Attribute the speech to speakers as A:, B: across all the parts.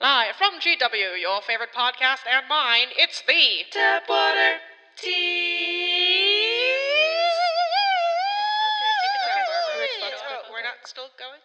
A: Live from GW, your favorite podcast and mine, it's the Tapwater Tea. We're not still going?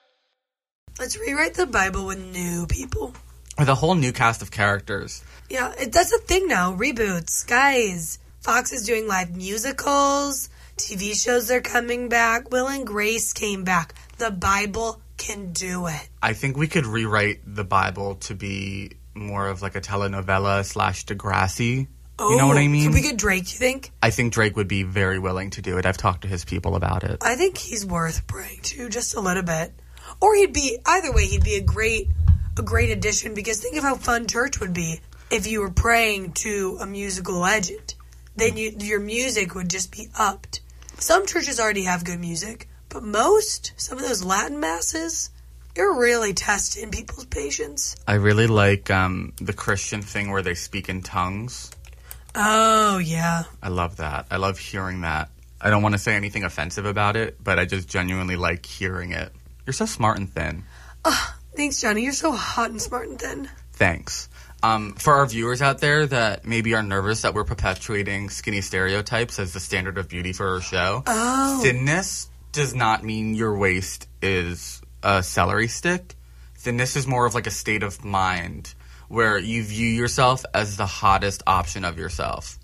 B: Let's rewrite the Bible with new people.
C: with a whole new cast of characters.
B: Yeah, it, that's a thing now. Reboots, guys. Fox is doing live musicals. TV shows are coming back. Will and Grace came back. The Bible can do it.
C: I think we could rewrite the Bible to be more of like a telenovela slash Degrassi. you know what I
B: Oh,
C: mean?
B: Could we get Drake? You think?
C: I think Drake would be very willing to do it. I've talked to his people about it.
B: I think he's worth praying to just a little bit. Or he'd be either way. He'd be a great, a great addition because think of how fun church would be if you were praying to a musical legend. Then you, your music would just be upped. Some churches already have good music, but most, some of those Latin masses, you're really testing people's patience.
C: I really like um, the Christian thing where they speak in tongues.
B: Oh yeah,
C: I love that. I love hearing that. I don't want to say anything offensive about it, but I just genuinely like hearing it. You're so smart and thin.
B: thanks, Johnny. You're so hot and smart and thin.
C: Thanks. Um, for our viewers out there that maybe are nervous that we're perpetuating skinny stereotypes as the standard of beauty for our show,
B: Oh.
C: thinness does not mean your waist is a celery stick. Thinness is more of like a state of mind where you view yourself as the hottest option of yourself.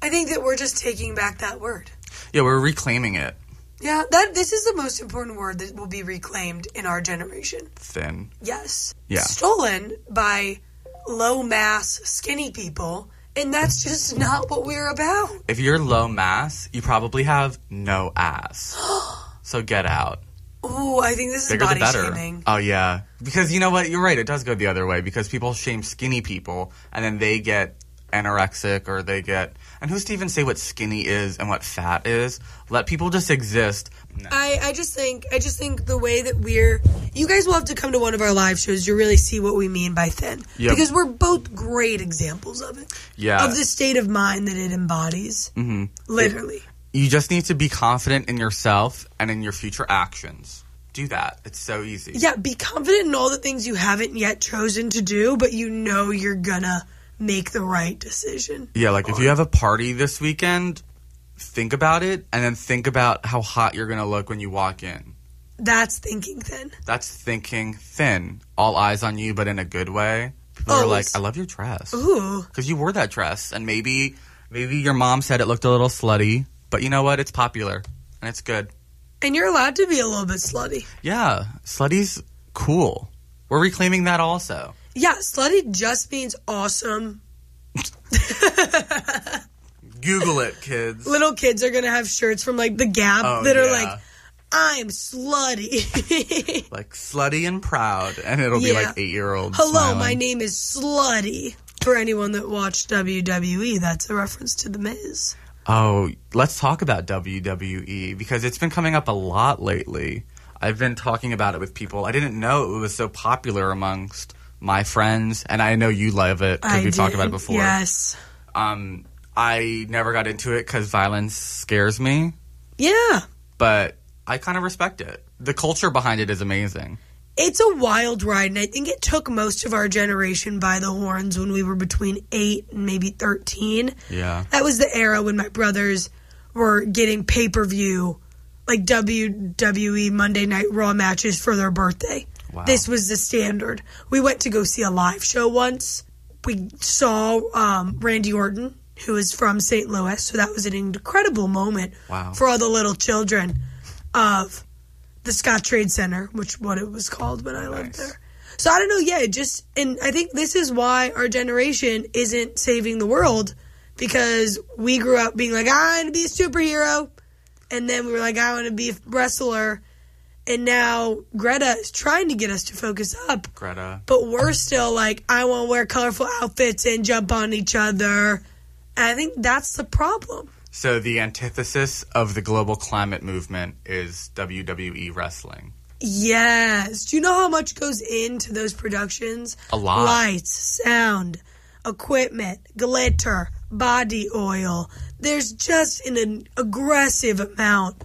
B: I think that we're just taking back that word.
C: Yeah, we're reclaiming it.
B: Yeah, that this is the most important word that will be reclaimed in our generation.
C: Thin.
B: Yes.
C: Yeah.
B: Stolen by low mass skinny people, and that's just not what we're about.
C: If you're low mass, you probably have no ass. so get out.
B: Oh, I think this is
C: bigger the
B: body
C: better.
B: shaming.
C: Oh yeah, because you know what? You're right. It does go the other way because people shame skinny people, and then they get anorexic or they get. And who's to even say what skinny is and what fat is? Let people just exist.
B: I, I just think I just think the way that we're you guys will have to come to one of our live shows to really see what we mean by thin.
C: Yep.
B: Because we're both great examples of it.
C: Yeah.
B: Of the state of mind that it embodies. Mm-hmm. Literally.
C: You just need to be confident in yourself and in your future actions. Do that. It's so easy.
B: Yeah, be confident in all the things you haven't yet chosen to do, but you know you're gonna make the right decision.
C: Yeah, like if you have a party this weekend, think about it and then think about how hot you're going to look when you walk in.
B: That's thinking thin.
C: That's thinking thin. All eyes on you, but in a good way. People are
B: Oh,
C: like,
B: it's-
C: I love your dress.
B: Ooh.
C: because you wore that dress and maybe maybe your mom said it looked a little slutty but you know what it's popular and it's good
B: And you're allowed to be a little bit slutty.
C: yeah slutty's cool we're reclaiming that also
B: Yeah, slutty just means awesome.
C: google it kids
B: Little kids are gonna have shirts from like the Gap
C: Oh,
B: that are
C: yeah.
B: like, I'm slutty.
C: like slutty and proud and it'll
B: Yeah.
C: be like eight year old
B: Hello, my name is Slutty. For anyone that watched WWE, that's a reference to The Miz.
C: oh let's talk about wwe because it's been coming up a lot lately i've been talking about it with people i didn't know it was so popular amongst my friends and i know you love it because
B: I
C: we've talked
B: did.
C: about it before
B: Yes.
C: Um, I never got into it because violence scares me,
B: Yeah.
C: but I kind of respect it. The culture behind it is amazing.
B: it's a wild ride, and I think it took most of our generation by the horns when we were between eight and maybe 13.
C: Yeah.
B: That was the era when my brothers were getting pay per view, like WWE Monday Night Raw matches for their birthday.
C: Wow.
B: This was the standard. We went to go see a live show once. We saw um, Randy Orton, who is from St. Louis, so that was an incredible moment
C: Wow.
B: for all the little children of the Scott Trade Center, which what it was called when I lived
C: Nice.
B: there. So I don't know. Yeah, it just and I think this is why our generation isn't saving the world because we grew up being like, I want to be a superhero, and then we were like, I want to be a wrestler, and now Greta is trying to get us to focus up,
C: Greta.
B: but we're still like, I want to wear colorful outfits and jump on each other. And I think that's the problem.
C: So the antithesis of the global climate movement is WWE wrestling.
B: Yes. Do you know how much goes into those productions?
C: A lot.
B: Lights, sound, equipment, glitter, body oil. There's just an, an aggressive amount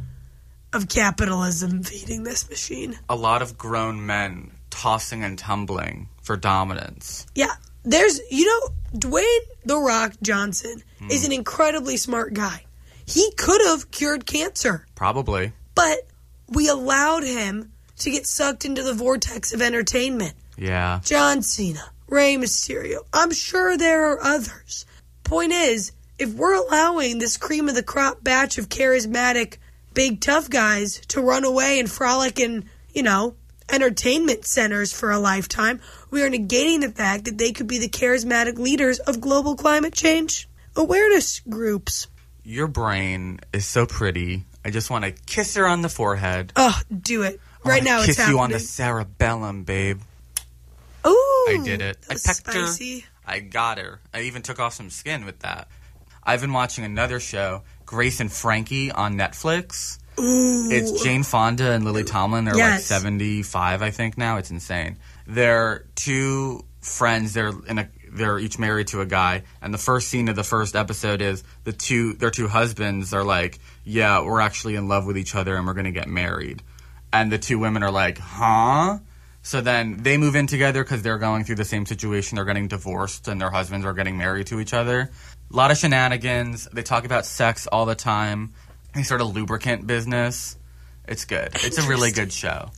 B: of capitalism feeding this machine.
C: A lot of grown men tossing and tumbling for dominance.
B: Yeah. There's, you know, Dwayne The Rock Johnson
C: Hmm.
B: is an incredibly smart guy. He could have cured cancer,
C: Probably.
B: but we allowed him to get sucked into the vortex of entertainment.
C: Yeah.
B: John Cena, Rey Mysterio. I'm sure there are others. Point is, if we're allowing this cream of the crop batch of charismatic, big tough guys to run away and frolic in, you know, entertainment centers for a lifetime, we are negating the fact that they could be the charismatic leaders of global climate change awareness groups.
C: Your brain is so pretty. I just want to kiss her on the forehead.
B: Oh, do it.
C: I
B: Right
C: wanna
B: now
C: kiss
B: it's happening.
C: you on the cerebellum, babe.
B: Ooh,
C: I did it.
B: that
C: I
B: was
C: pecked
B: spicy.
C: her. I got her. I even took off some skin with that. I've been watching another show, Grace and Frankie, on Netflix.
B: Ooh.
C: It's Jane Fonda and Lily Tomlin. They're like
B: Yes.
C: 75, I think now. It's insane. They're two friends. They're in a they're each married to a guy, and the first scene of the first episode is the two their two husbands are like, "Yeah, we're actually in love with each other and we're going to get married." And the two women are like, "Huh?" So then they move in together because they're going through the same situation. They're getting divorced and their husbands are getting married to each other. A lot of shenanigans. They talk about sex all the time. They sort of lubricant business. It's good. It's a really good show.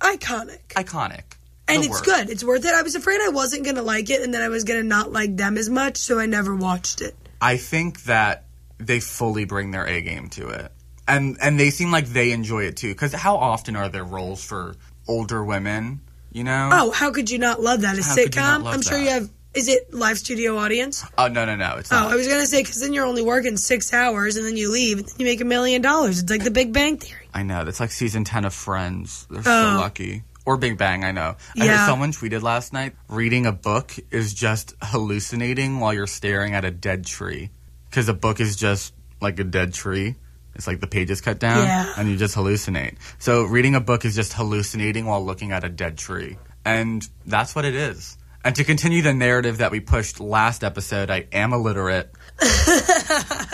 B: Iconic.
C: Iconic.
B: and
C: The
B: it's
C: work.
B: good. It's worth it. I was afraid I wasn't gonna like it, and then I was gonna not like them as much, so I never watched it.
C: I think that they fully bring their A game to it, and and they seem like they enjoy it too. Because how often are there roles for older women? You know?
B: Oh, how could you not love that? A
C: How
B: sitcom?
C: could you not love
B: I'm sure
C: that?
B: you have. Is it live studio audience?
C: Oh, no no no! It's
B: Oh,
C: not.
B: I was gonna say because then you're only working six hours, and then you leave, and then you make a million dollars. It's like the Big Bang Theory.
C: I know. That's like season 10 of Friends. They're
B: Oh.
C: so lucky. Or Big Bang, I know. I
B: Yeah.
C: heard someone tweeted last night reading a book is just hallucinating while you're staring at a dead tree. Because a book is just like a dead tree. It's like the pages cut down
B: Yeah.
C: and you just hallucinate. So reading a book is just hallucinating while looking at a dead tree. And that's what it is. And to continue the narrative that we pushed last episode, I am illiterate.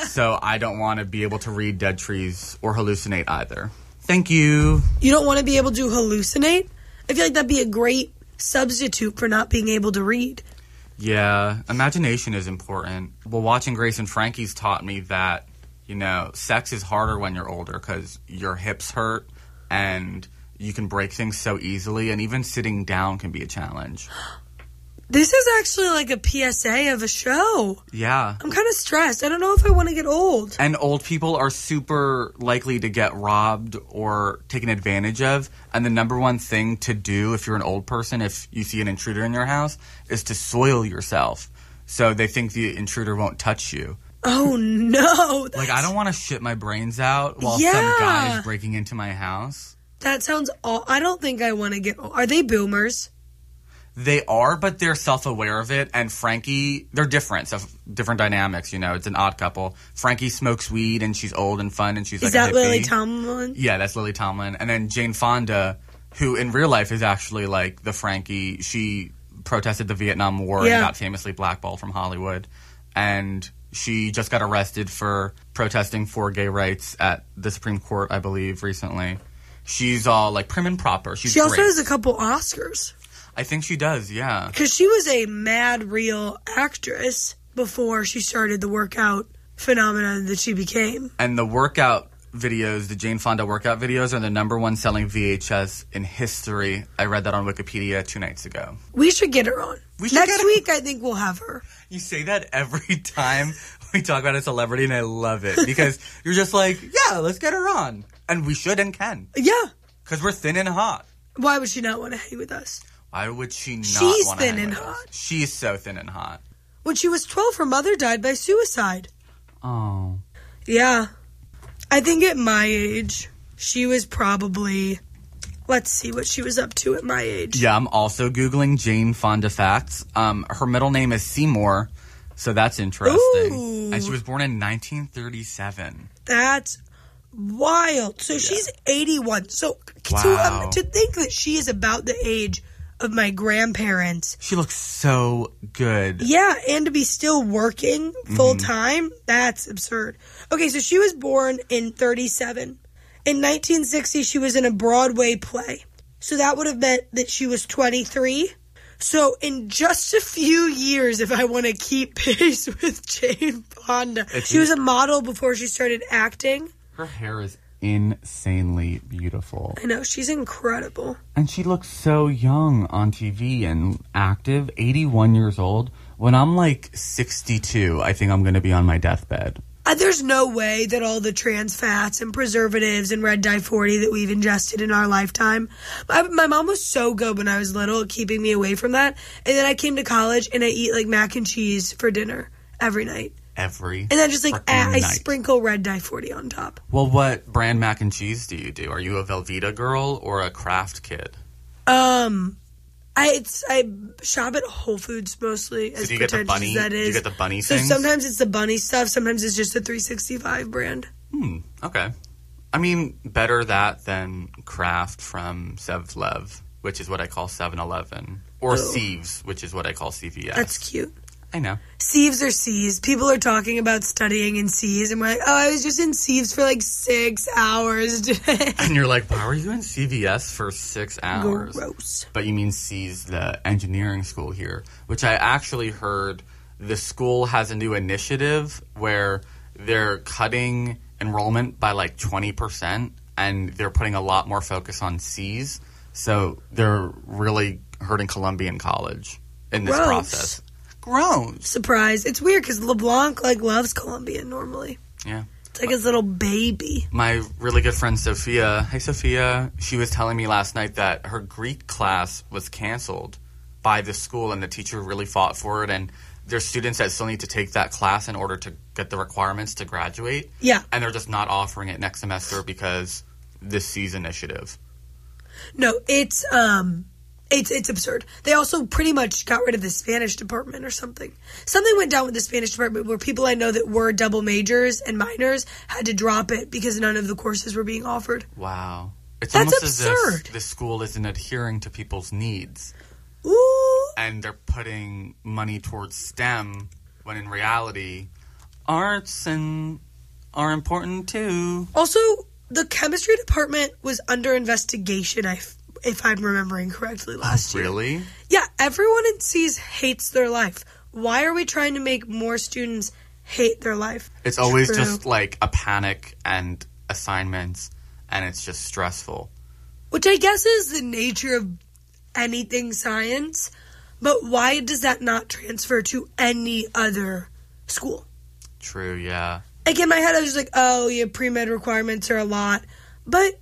C: so I don't want to be able to read dead trees or hallucinate either. Thank you.
B: You don't want to be able to hallucinate. I feel like that'd be a great substitute for not being able to read.
C: Yeah, imagination is important. Well, watching Grace and Frankie's taught me that, you know, sex is harder when you're older because your hips hurt and you can break things so easily, and even sitting down can be a challenge.
B: This is actually like a PSA of a show.
C: Yeah.
B: I'm kind of stressed. I don't know if I want to get old.
C: And old people are super likely to get robbed or taken advantage of. And the number one thing to do if you're an old person, if you see an intruder in your house, is to soil yourself. So they think the intruder won't touch you.
B: Oh no!
C: Like I don't want to shit my brains out while some
B: Yeah.
C: guy's breaking into my house.
B: That sounds. All, I don't think I want to get. Are they boomers?
C: They are, but they're self-aware of it. And Frankie, they're different. So different dynamics. You know, it's an odd couple. Frankie smokes weed, and she's old and fun, and she's
B: Is
C: like a
B: that Lily
C: hippie.
B: Tomlin?
C: Yeah, that's Lily Tomlin, and then Jane Fonda, who in real life is actually like the Frankie. She protested the Vietnam War
B: Yeah.
C: and got famously blackballed from Hollywood, and she just got arrested for protesting for gay rights at the Supreme Court, I believe, recently. She's all like prim and proper. She's
B: She also
C: great.
B: has a couple Oscars
C: I think she does. Yeah,
B: because she was a mad real actress before she started the workout phenomenon that she became.
C: and the workout videos, the Jane Fonda workout videos, are the number one selling VHS in history. I read that on Wikipedia two nights ago.
B: We should get her on.
C: We should
B: Next
C: get her-
B: week, I think we'll have her.
C: You say that every time we talk about a celebrity, and I love it because you're just like, yeah, let's get her on. And we should and can
B: Yeah.
C: because we're thin and hot.
B: Why would she not want to hang with us?
C: Why would she not?
B: She's
C: wanna
B: thin
C: hang
B: and
C: with us?
B: hot.
C: She's so thin and hot.
B: When she was 12, her mother died by suicide.
C: Oh,
B: Yeah. I think at my age, she was probably. Let's see what she was up to at my age.
C: yeah. I'm also googling Jane Fonda facts. Um, her middle name is Seymour, so that's interesting.
B: Ooh.
C: And she was born in 1937.
B: That's wild. So she's 81. So, so
C: Wow.
B: um, to think that she is about the age of my grandparents.
C: She looks so good.
B: Yeah, and to be still working full time, that's absurd. Okay, so she was born in 37. In 1960, she was in a Broadway play. So that would have meant that she was 23. So in just a few years, if I want to keep pace with Jane Fonda,
C: It's-
B: she was a model before she started acting.
C: Her hair is insanely beautiful.
B: I know she's incredible.
C: And she looks so young on TV and active, 81 years old. When I'm like 62, I think I'm going to be on my deathbed.
B: Uh, there's no way that all the trans fats and preservatives and red dye 40 that we've ingested in our lifetime. My, my mom was so good when I was little at keeping me away from that. And then I came to college and I eat like mac and cheese for dinner every night.
C: Every.
B: And then just like
C: frickin'
B: add, I
C: night.
B: sprinkle red dye 40 on top.
C: Well, what brand mac and cheese do you do? Are you a Velveeta girl or a Kraft kid?
B: Um, I it's I shop at Whole Foods mostly. As
C: do you get the
B: pretentious
C: bunny-
B: as That
C: do you
B: is.
C: get the bunny
B: So
C: things?
B: sometimes it's the bunny stuff. Sometimes it's just the 365 brand.
C: Hmm, okay. I mean, better that than Kraft from Sevlev, which is what I call 7 Eleven, or Sieves, which is what I call CVS.
B: Oh. That's cute.
C: I know.
B: Sieves are C's. People are talking about studying in C's, and we're like, oh, I was just in Sieves for like six hours today.
C: And you're like, why were you in CVS for six hours?
B: Gross.
C: But you mean sees the engineering school here, which I actually heard the school has a new initiative where they're cutting enrollment by like 20% and they're putting a lot more focus on C's. So they're really hurting Columbian College in this
B: Gross.
C: process. Gross.
B: Surprise. It's weird because LeBlanc like loves Colombian normally.
C: Yeah.
B: It's like his little baby.
C: my really good friend Sophia. Hey, Sophia. She was telling me last night that her Greek class was canceled by the school, and the teacher really fought for it. And there's students that still need to take that class in order to get the requirements to graduate,
B: Yeah.
C: and they're just not offering it next semester because this C's initiative.
B: No, it's um it's it's absurd. They also pretty much got rid of the Spanish department or something. Something went down with the Spanish department where people I know that were double majors and minors had to drop it because none of the courses were being offered.
C: Wow. It's
B: That's
C: almost as
B: absurd.
C: if the school isn't adhering to people's needs
B: Ooh.
C: and they're putting money towards STEM when in reality arts and are important too.
B: Also, the chemistry department was under investigation if, if I'm remembering correctly last year.
C: Really?
B: Yeah, everyone in C's hates their life. Why are we trying to make more students hate their life?
C: It's always
B: True.
C: just like a panic and assignments, and it's just stressful.
B: Which I guess is the nature of anything science, but why does that not transfer to any other school?
C: True, yeah.
B: Like in my head, I was just like, oh, yeah, pre med requirements are a lot. But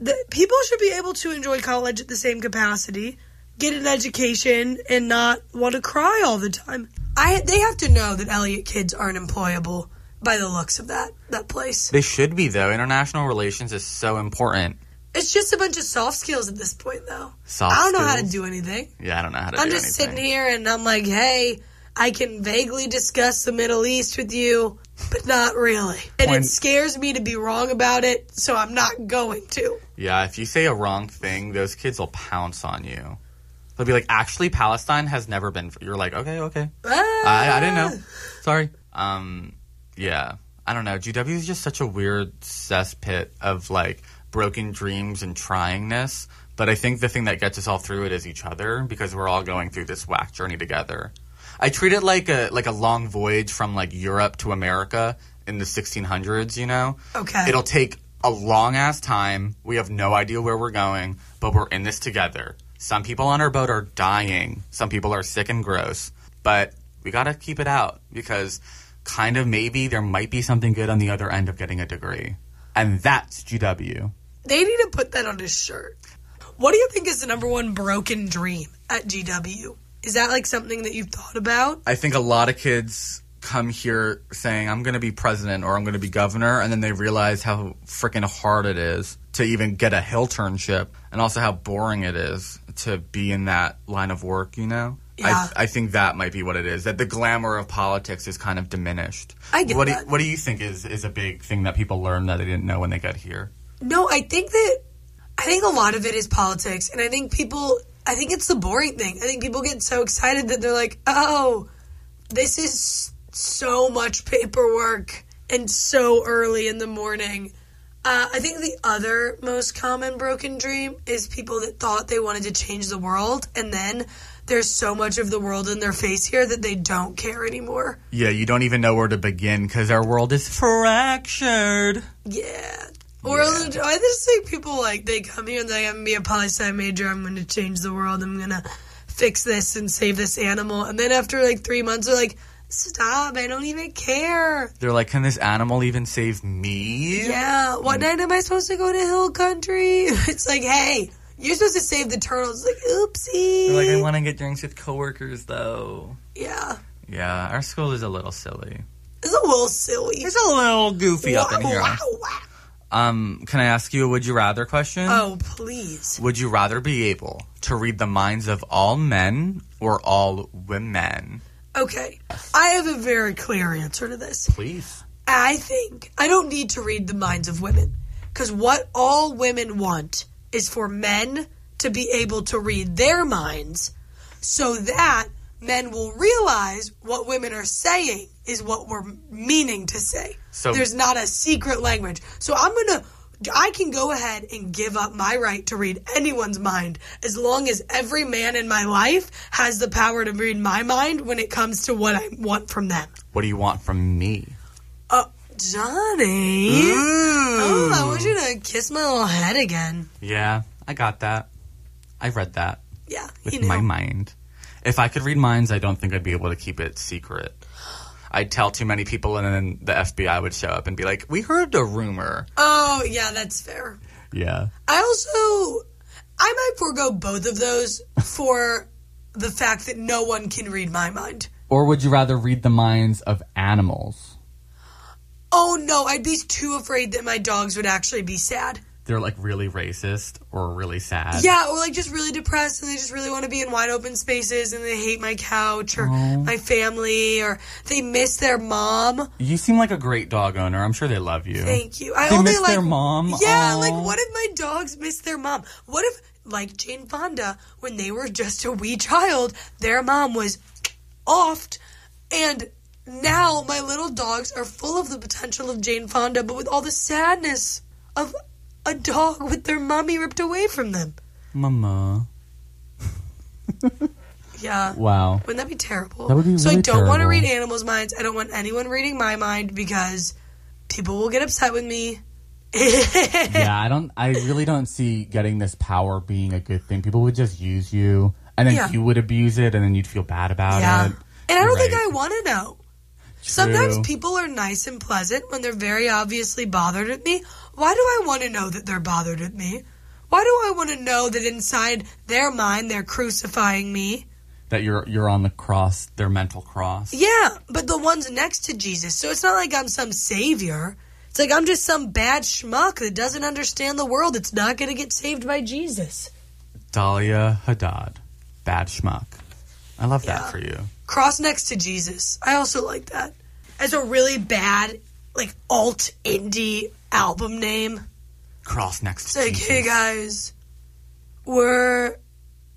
B: the, people should be able to enjoy college at the same capacity, get an education, and not want to cry all the time. I They have to know that Elliot kids aren't employable by the looks of that, that place.
C: They should be, though. International relations is so important.
B: It's just a bunch of soft skills at this point, though.
C: Soft
B: I don't know how to
C: skills?
B: do anything.
C: Yeah, I don't know how to
B: I'm
C: do
B: just
C: anything.
B: sitting here and I'm like, hey, I can vaguely discuss the Middle East with you, but not really. And
C: When-
B: it scares me to be wrong about it, so I'm not going to.
C: Yeah, if you say a wrong thing, those kids will pounce on you. They'll be like, actually, Palestine has never been. You're like, okay, okay. I, I didn't know. Sorry. Um, yeah. I don't know. GW is just such a weird cesspit of like broken dreams and tryingness. But I think the thing that gets us all through it is each other because we're all going through this whack journey together. I treat it like a like a long voyage from like Europe to America in the 1600s. You know,
B: Ah, Okay.
C: it'll take a long ass time. We have no idea where we're going, but we're in this together. Some people on our boat are dying. Some people are sick and gross, but we got to keep it out because kind of maybe there might be something good on the other end of getting a degree. And that's GW.
B: They need to put that on his shirt. What do you think is the number one broken dream at GW? Is that like something that you've thought about?
C: I think a lot of kids come here saying, I'm going to be president or I'm going to be governor. And then they realize how freaking hard it is to even get a hill turnship and also how boring it is to be in that line of work, you know?
B: Yeah.
C: I, I think that might be what it is. That the glamour of politics is kind of diminished.
B: I get
C: what
B: that.
C: Do, what do you think is, is a big thing that people learn that they didn't know when they got here?
B: No, I think that I think a lot of it is politics, and I think people. I think it's the boring thing. I think people get so excited that they're like, "Oh, this is so much paperwork and so early in the morning." Uh, I think the other most common broken dream is people that thought they wanted to change the world, and then there's so much of the world in their face here that they don't care anymore.
C: Yeah, you don't even know where to begin because our world is fractured.
B: Yeah. Or I just think people like they come here and they I'm gonna be a poli sci major. I'm gonna change the world. I'm gonna fix this and save this animal. And then after like three months, they're like, "Stop! I don't even care."
C: They're like, can this animal even save me?
B: Yeah. What night am I supposed to go to Hill Country? It's like, hey, you're supposed to save the turtles. It's like, oopsie.
C: They're like, I want to get drinks with coworkers though.
B: yeah.
C: Yeah, our school is a little silly.
B: It's a little silly.
C: It's a little goofy up in
B: Wow,
C: here.
B: wow, wow.
C: Um, can I ask you a would you rather question?
B: Oh, please.
C: Would you rather be able to read the minds of all men or all women?
B: Okay. I have a very clear answer to this.
C: Please.
B: I think I don't need to read the minds of women because what all women want is for men to be able to read their minds so that men will realize what women are saying is what we're meaning to say.
C: So-
B: there's not a secret language. So I'm going to I can go ahead and give up my right to read anyone's mind as long as every man in my life has the power to read my mind when it comes to what I want from them.
C: What do you want from me?
B: Uh, Johnny.
C: Mm.
B: Oh, I want you to kiss my little head again.
C: Yeah, I got that. I read that
B: Yeah,
C: with
B: you know.
C: my mind. If I could read minds, I don't think I'd be able to keep it secret. I'd tell too many people, and then the FBI would show up and be like, "We heard a rumor."
B: oh, yeah, that's fair.
C: Yeah.
B: I also, I might forego both of those for the fact that no one can read my mind.
C: Or would you rather read the minds of animals?
B: Oh no, I'd be too afraid that my dogs would actually be sad.
C: They're like really racist or really sad.
B: Yeah, or like just really depressed and they just really want to be in wide open spaces and they hate my couch or
C: Oh.
B: my family or they miss their mom.
C: You seem like a great dog owner. I'm sure they love you.
B: Thank you. I
C: They
B: only
C: miss
B: like
C: their mom?
B: Yeah,
C: Aw.
B: like what if my dogs miss their mom? What if like Jane Fonda, when they were just a wee child, their mom was offed and now my little dogs are full of the potential of Jane Fonda, but with all the sadness of a dog with their mommy ripped away from them.
C: Mama.
B: Yeah.
C: Wow.
B: Wouldn't that be terrible?
C: That would be
B: so I
C: really
B: don't want to
C: terrible.
B: read animals' minds. I don't want anyone reading my mind because people will get upset with me.
C: yeah, I don't. I really don't see getting this power being a good thing. People would just use you, and then
B: Yeah.
C: you would abuse it, and then you'd feel bad about
B: Yeah.
C: it.
B: And I don't think
C: Right.
B: I want to know. Sometimes
C: True.
B: people are nice and pleasant when they're very obviously bothered at me. Why do I want to know that they're bothered at me? Why do I want to know that inside their mind they're crucifying me?
C: that you're you're on the cross, their mental cross.
B: Yeah, but the one's next to Jesus. So it's not like I'm some savior. It's like I'm just some bad schmuck that doesn't understand the world that's not going to get saved by Jesus.
C: Dahlia Haddad, bad schmuck. I love that for you.
B: Cross next to Jesus. I also like that. As a really bad, like, alt indie album name.
C: Cross next
B: It's
C: to
B: like,
C: Jesus.
B: hey guys, we're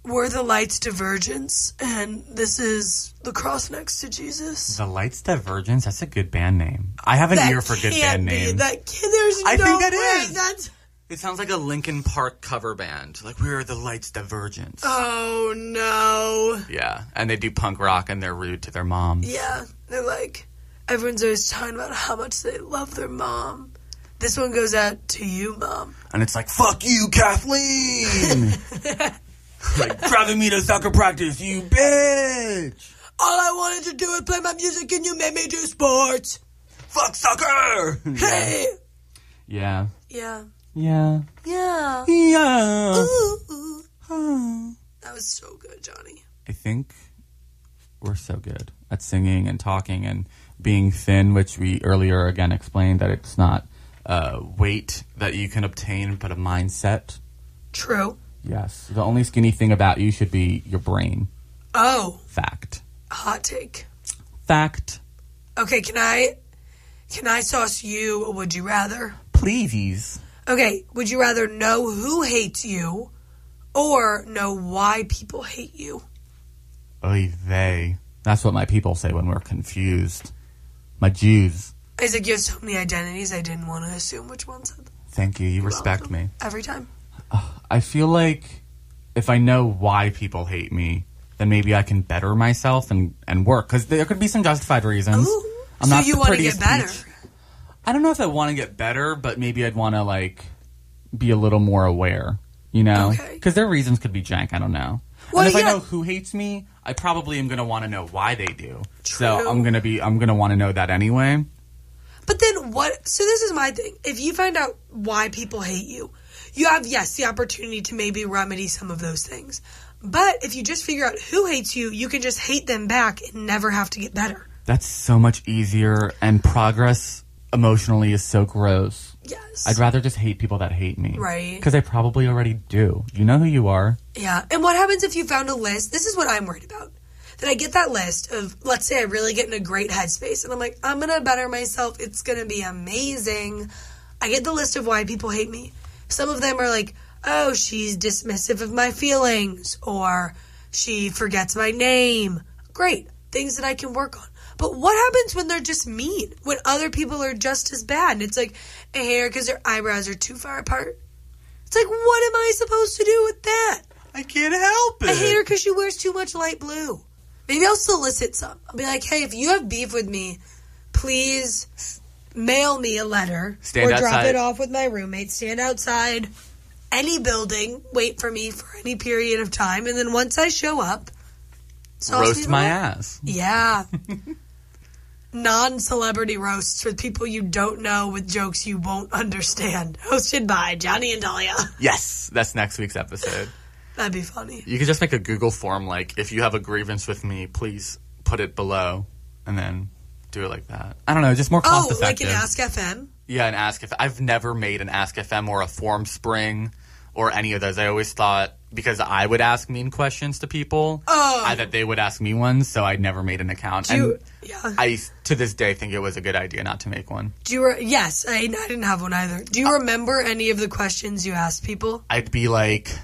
B: we're the lights divergence, and this is the cross next to Jesus.
C: The Lights Divergence. That's a good band name. I have an
B: That
C: ear for good
B: can't
C: band
B: be-
C: names.
B: That can, there's
C: I
B: no
C: think that
B: way.
C: is.
B: That's
C: It sounds like a Linkin Park cover band. Like we are the Lights Divergence.
B: oh no.
C: yeah, and they do punk rock, and they're rude to their mom.
B: Yeah, they're like everyone's always talking about how much they love their mom. This one goes out to you, mom.
C: and it's like, fuck you, Kathleen! like, driving me to soccer practice, you bitch!
B: All I wanted to do was play my music, and you made me do sports.
C: Fuck soccer!
B: Hey.
C: yeah.
B: Yeah.
C: Yeah.
B: Yeah.
C: Yeah.
B: Ooh.
C: I
B: That was so good, Johnny.
C: think we're so good at singing and talking and being thin, which we earlier again explained that it's not uh, weight that you can obtain, but a mindset.
B: True.
C: Yes. The only skinny thing about you should be your brain.
B: Oh,
C: Fact.
B: hot take.
C: Fact.
B: Okay, can I can I sauce you or would you rather?
C: Please.
B: Okay, would you rather know who hates you or know why people hate you?
C: Oy vey. That's what my people say when we're confused. My Jews.
B: Isaac, you have so many identities I didn't want to assume which one said them
C: Thank you. You respect me.
B: every time.
C: I feel like if I know why people hate me, then maybe I can better myself and and work because there could be some justified reasons.
B: Ooh. so you
C: the
B: want to
C: prettiest
B: get better.
C: peach. I don't know if I want to get better, but maybe I'd want to like be a little more aware, you know?
B: Okay.
C: Because their reasons could be jank. I don't know.
B: Well,
C: and if
B: yeah.
C: I know who hates me, I probably am gonna want to know why they do.
B: True.
C: So I'm gonna be I'm gonna want to know that anyway.
B: But then what? So this is my thing. If you find out why people hate you, you have yes the opportunity to maybe remedy some of those things. But if you just figure out who hates you, you can just hate them back and never have to get better.
C: That's so much easier, and progress emotionally is so gross.
B: Yes.
C: I'd rather just hate people that hate me,
B: Right.
C: Because I probably already do. You know who you are.
B: Yeah. And what happens if you found a list? This is what I'm worried about. That I get that list of, let's say I really get in a great headspace and I'm like, I'm going to better myself. It's going to be amazing. I get the list of why people hate me. Some of them are like, oh, she's dismissive of my feelings or she forgets my name. Great. Things that I can work on. But what happens when they're just mean? When other people are just as bad? And it's like, hey, because their eyebrows are too far apart. It's like, what am I supposed to do with that?
C: I can't help it.
B: I hate her because she wears too much light blue. Maybe I'll solicit some. I'll be like, hey, if you have beef with me, please mail me a letter
C: Stand
B: or drop
C: outside.
B: it off with my roommate. Stand outside any building, wait for me for any period of time, and then once I show up, sauce me
C: Roast my
B: up.
C: ass.
B: Yeah. Non celebrity roasts with people you don't know with jokes you won't understand. Hosted by Johnny and Dahlia.
C: Yes, that's next week's episode.
B: That'd be funny.
C: You could just make a Google form like, if you have a grievance with me, please put it below, and then do it like that. I don't know, just more cost
B: Oh, like
C: effective.
B: an Ask FM?
C: yeah, an Ask If I've never made an Ask FM or a Form Spring or any of those. I always thought because I would ask mean questions to people,
B: Oh.
C: I, that they would ask me ones, so I never made an account.
B: Do you,
C: and
B: yeah.
C: I to this day think it was a good idea not to make one.
B: Do you re- yes, I, I didn't have one either. Do
C: Uh,
B: you remember any of the questions you asked people?
C: I'd be like,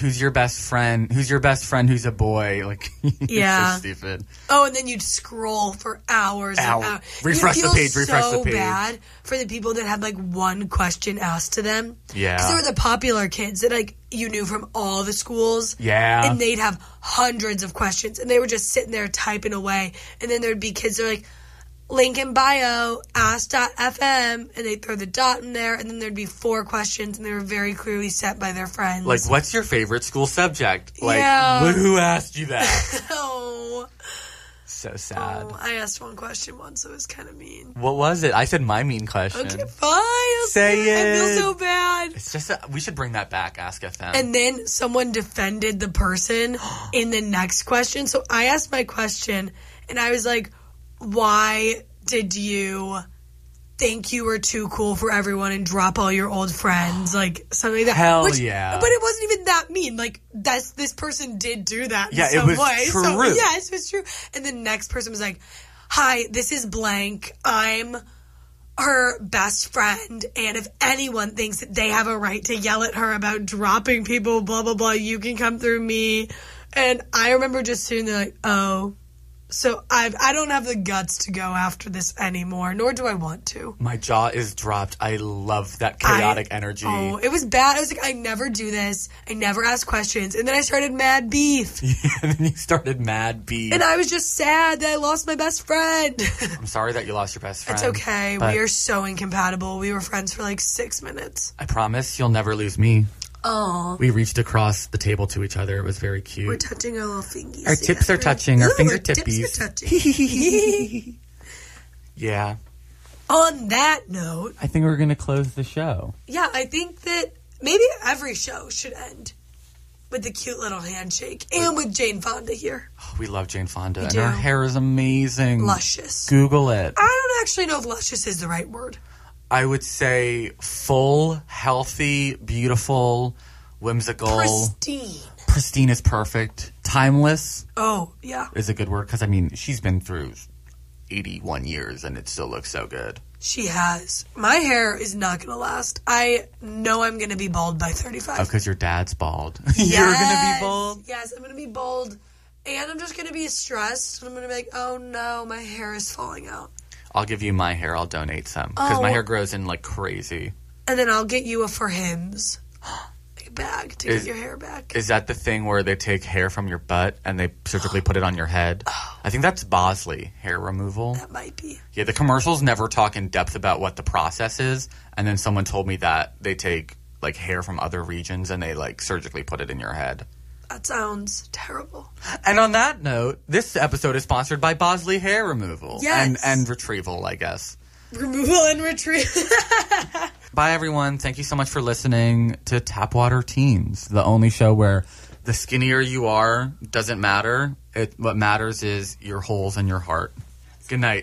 C: "Who's your best friend? Who's your best friend? Who's a boy?" Like, it's so
B: Yeah.
C: stupid.
B: Oh, and then you'd scroll for hours.
C: Ow.
B: And hours.
C: Refresh
B: you
C: the
B: feel
C: page, refresh the
B: so
C: page.
B: bad for the people that had like one question asked to them.
C: Yeah.
B: because they were the popular kids that like you knew from all the schools.
C: Yeah.
B: and they'd have hundreds of questions, and they were just sitting there typing away. And then there'd be kids that are like. Link in bio, ask.fm, and they throw the dot in there, and then there'd be four questions, and they were very clearly set by their friends.
C: Like, what's your favorite school subject? Like,
B: Yeah.
C: wh- who asked you that?
B: Oh,
C: so sad.
B: oh, I asked one question once. It was kind of mean.
C: What was it? I said my mean question.
B: Okay, fine. I'll
C: Say
B: I
C: it.
B: feel so bad.
C: It's just that we should bring that back. Ask FM.
B: And then someone defended the person in the next question. So I asked my question, and I was like, "Why did you think you were too cool for everyone and drop all your old friends?" Like something like that.
C: Hell yeah.
B: But it wasn't even that mean. Like that's this person did do that.
C: Yeah,
B: in
C: it
B: some
C: was
B: way. So,
C: true.
B: yeah, it was true. And the next person was like, "Hi, this is blank. I'm." her best friend, and if anyone thinks that they have a right to yell at her about dropping people, blah blah blah, you can come through me. And I remember just sitting there like, oh, so I I don't have the guts to go after this anymore, nor do I want to.
C: my jaw is dropped. I love that chaotic
B: I-
C: energy.
B: Oh, it was bad. I was like, I never do this. I never ask questions. And then I started mad beef,
C: and then you started mad beef.
B: and I was just sad that I lost my best friend.
C: I'm sorry that you lost your best friend.
B: it's okay.
C: but
B: We are so incompatible. We were friends for like six minutes.
C: I promise you'll never lose me.
B: Oh.
C: We reached across the table to each other. It was very cute.
B: We're touching our little fingies.
C: our tips are touching. Our fingertippies.
B: tips are touching.
C: yeah.
B: On that note,
C: I think we're gonna close the show.
B: yeah, I think that maybe every show should end with the cute little handshake and with Jane Fonda here.
C: Oh, we love Jane Fonda, and
B: do.
C: her hair is amazing.
B: Luscious.
C: Google it.
B: I don't actually know if luscious is the right word.
C: I would say full, healthy, beautiful, whimsical.
B: Pristine.
C: Pristine is perfect. Timeless
B: Oh, yeah.
C: is a good word because I mean she's been through eighty-one years and it still looks so good.
B: She has. My hair is not going to last. I know I'm going to be bald by 35.
C: Oh, because your dad's bald.
B: Yes.
C: You're gonna be bald.
B: Yes, I'm gonna be bold, and I'm just gonna be stressed. And I'm gonna be like, oh no, my hair is falling out.
C: I'll give you my hair. I'll donate some because
B: Oh.
C: my hair grows in like crazy.
B: And then I'll get you a for hims, like a plastic bag to
C: Is-
B: get your hair back.
C: Is that the thing where they take hair from your butt and they surgically put it on your head? I think that's Bosley hair removal.
B: that might be.
C: Yeah, the commercials never talk in depth about what the process is, and then someone told me that they take like hair from other regions and they like surgically put it in your head.
B: That sounds terrible.
C: And on that note, this episode is sponsored by Bosley Hair Removal
B: Yes.
C: and and retrieval, I guess.
B: Removal and retrieve.
C: Bye, everyone. Thank you so much for listening to Tapwater Teens, the only show where the skinnier you are doesn't matter. It, what matters is your holes in your heart. Good night.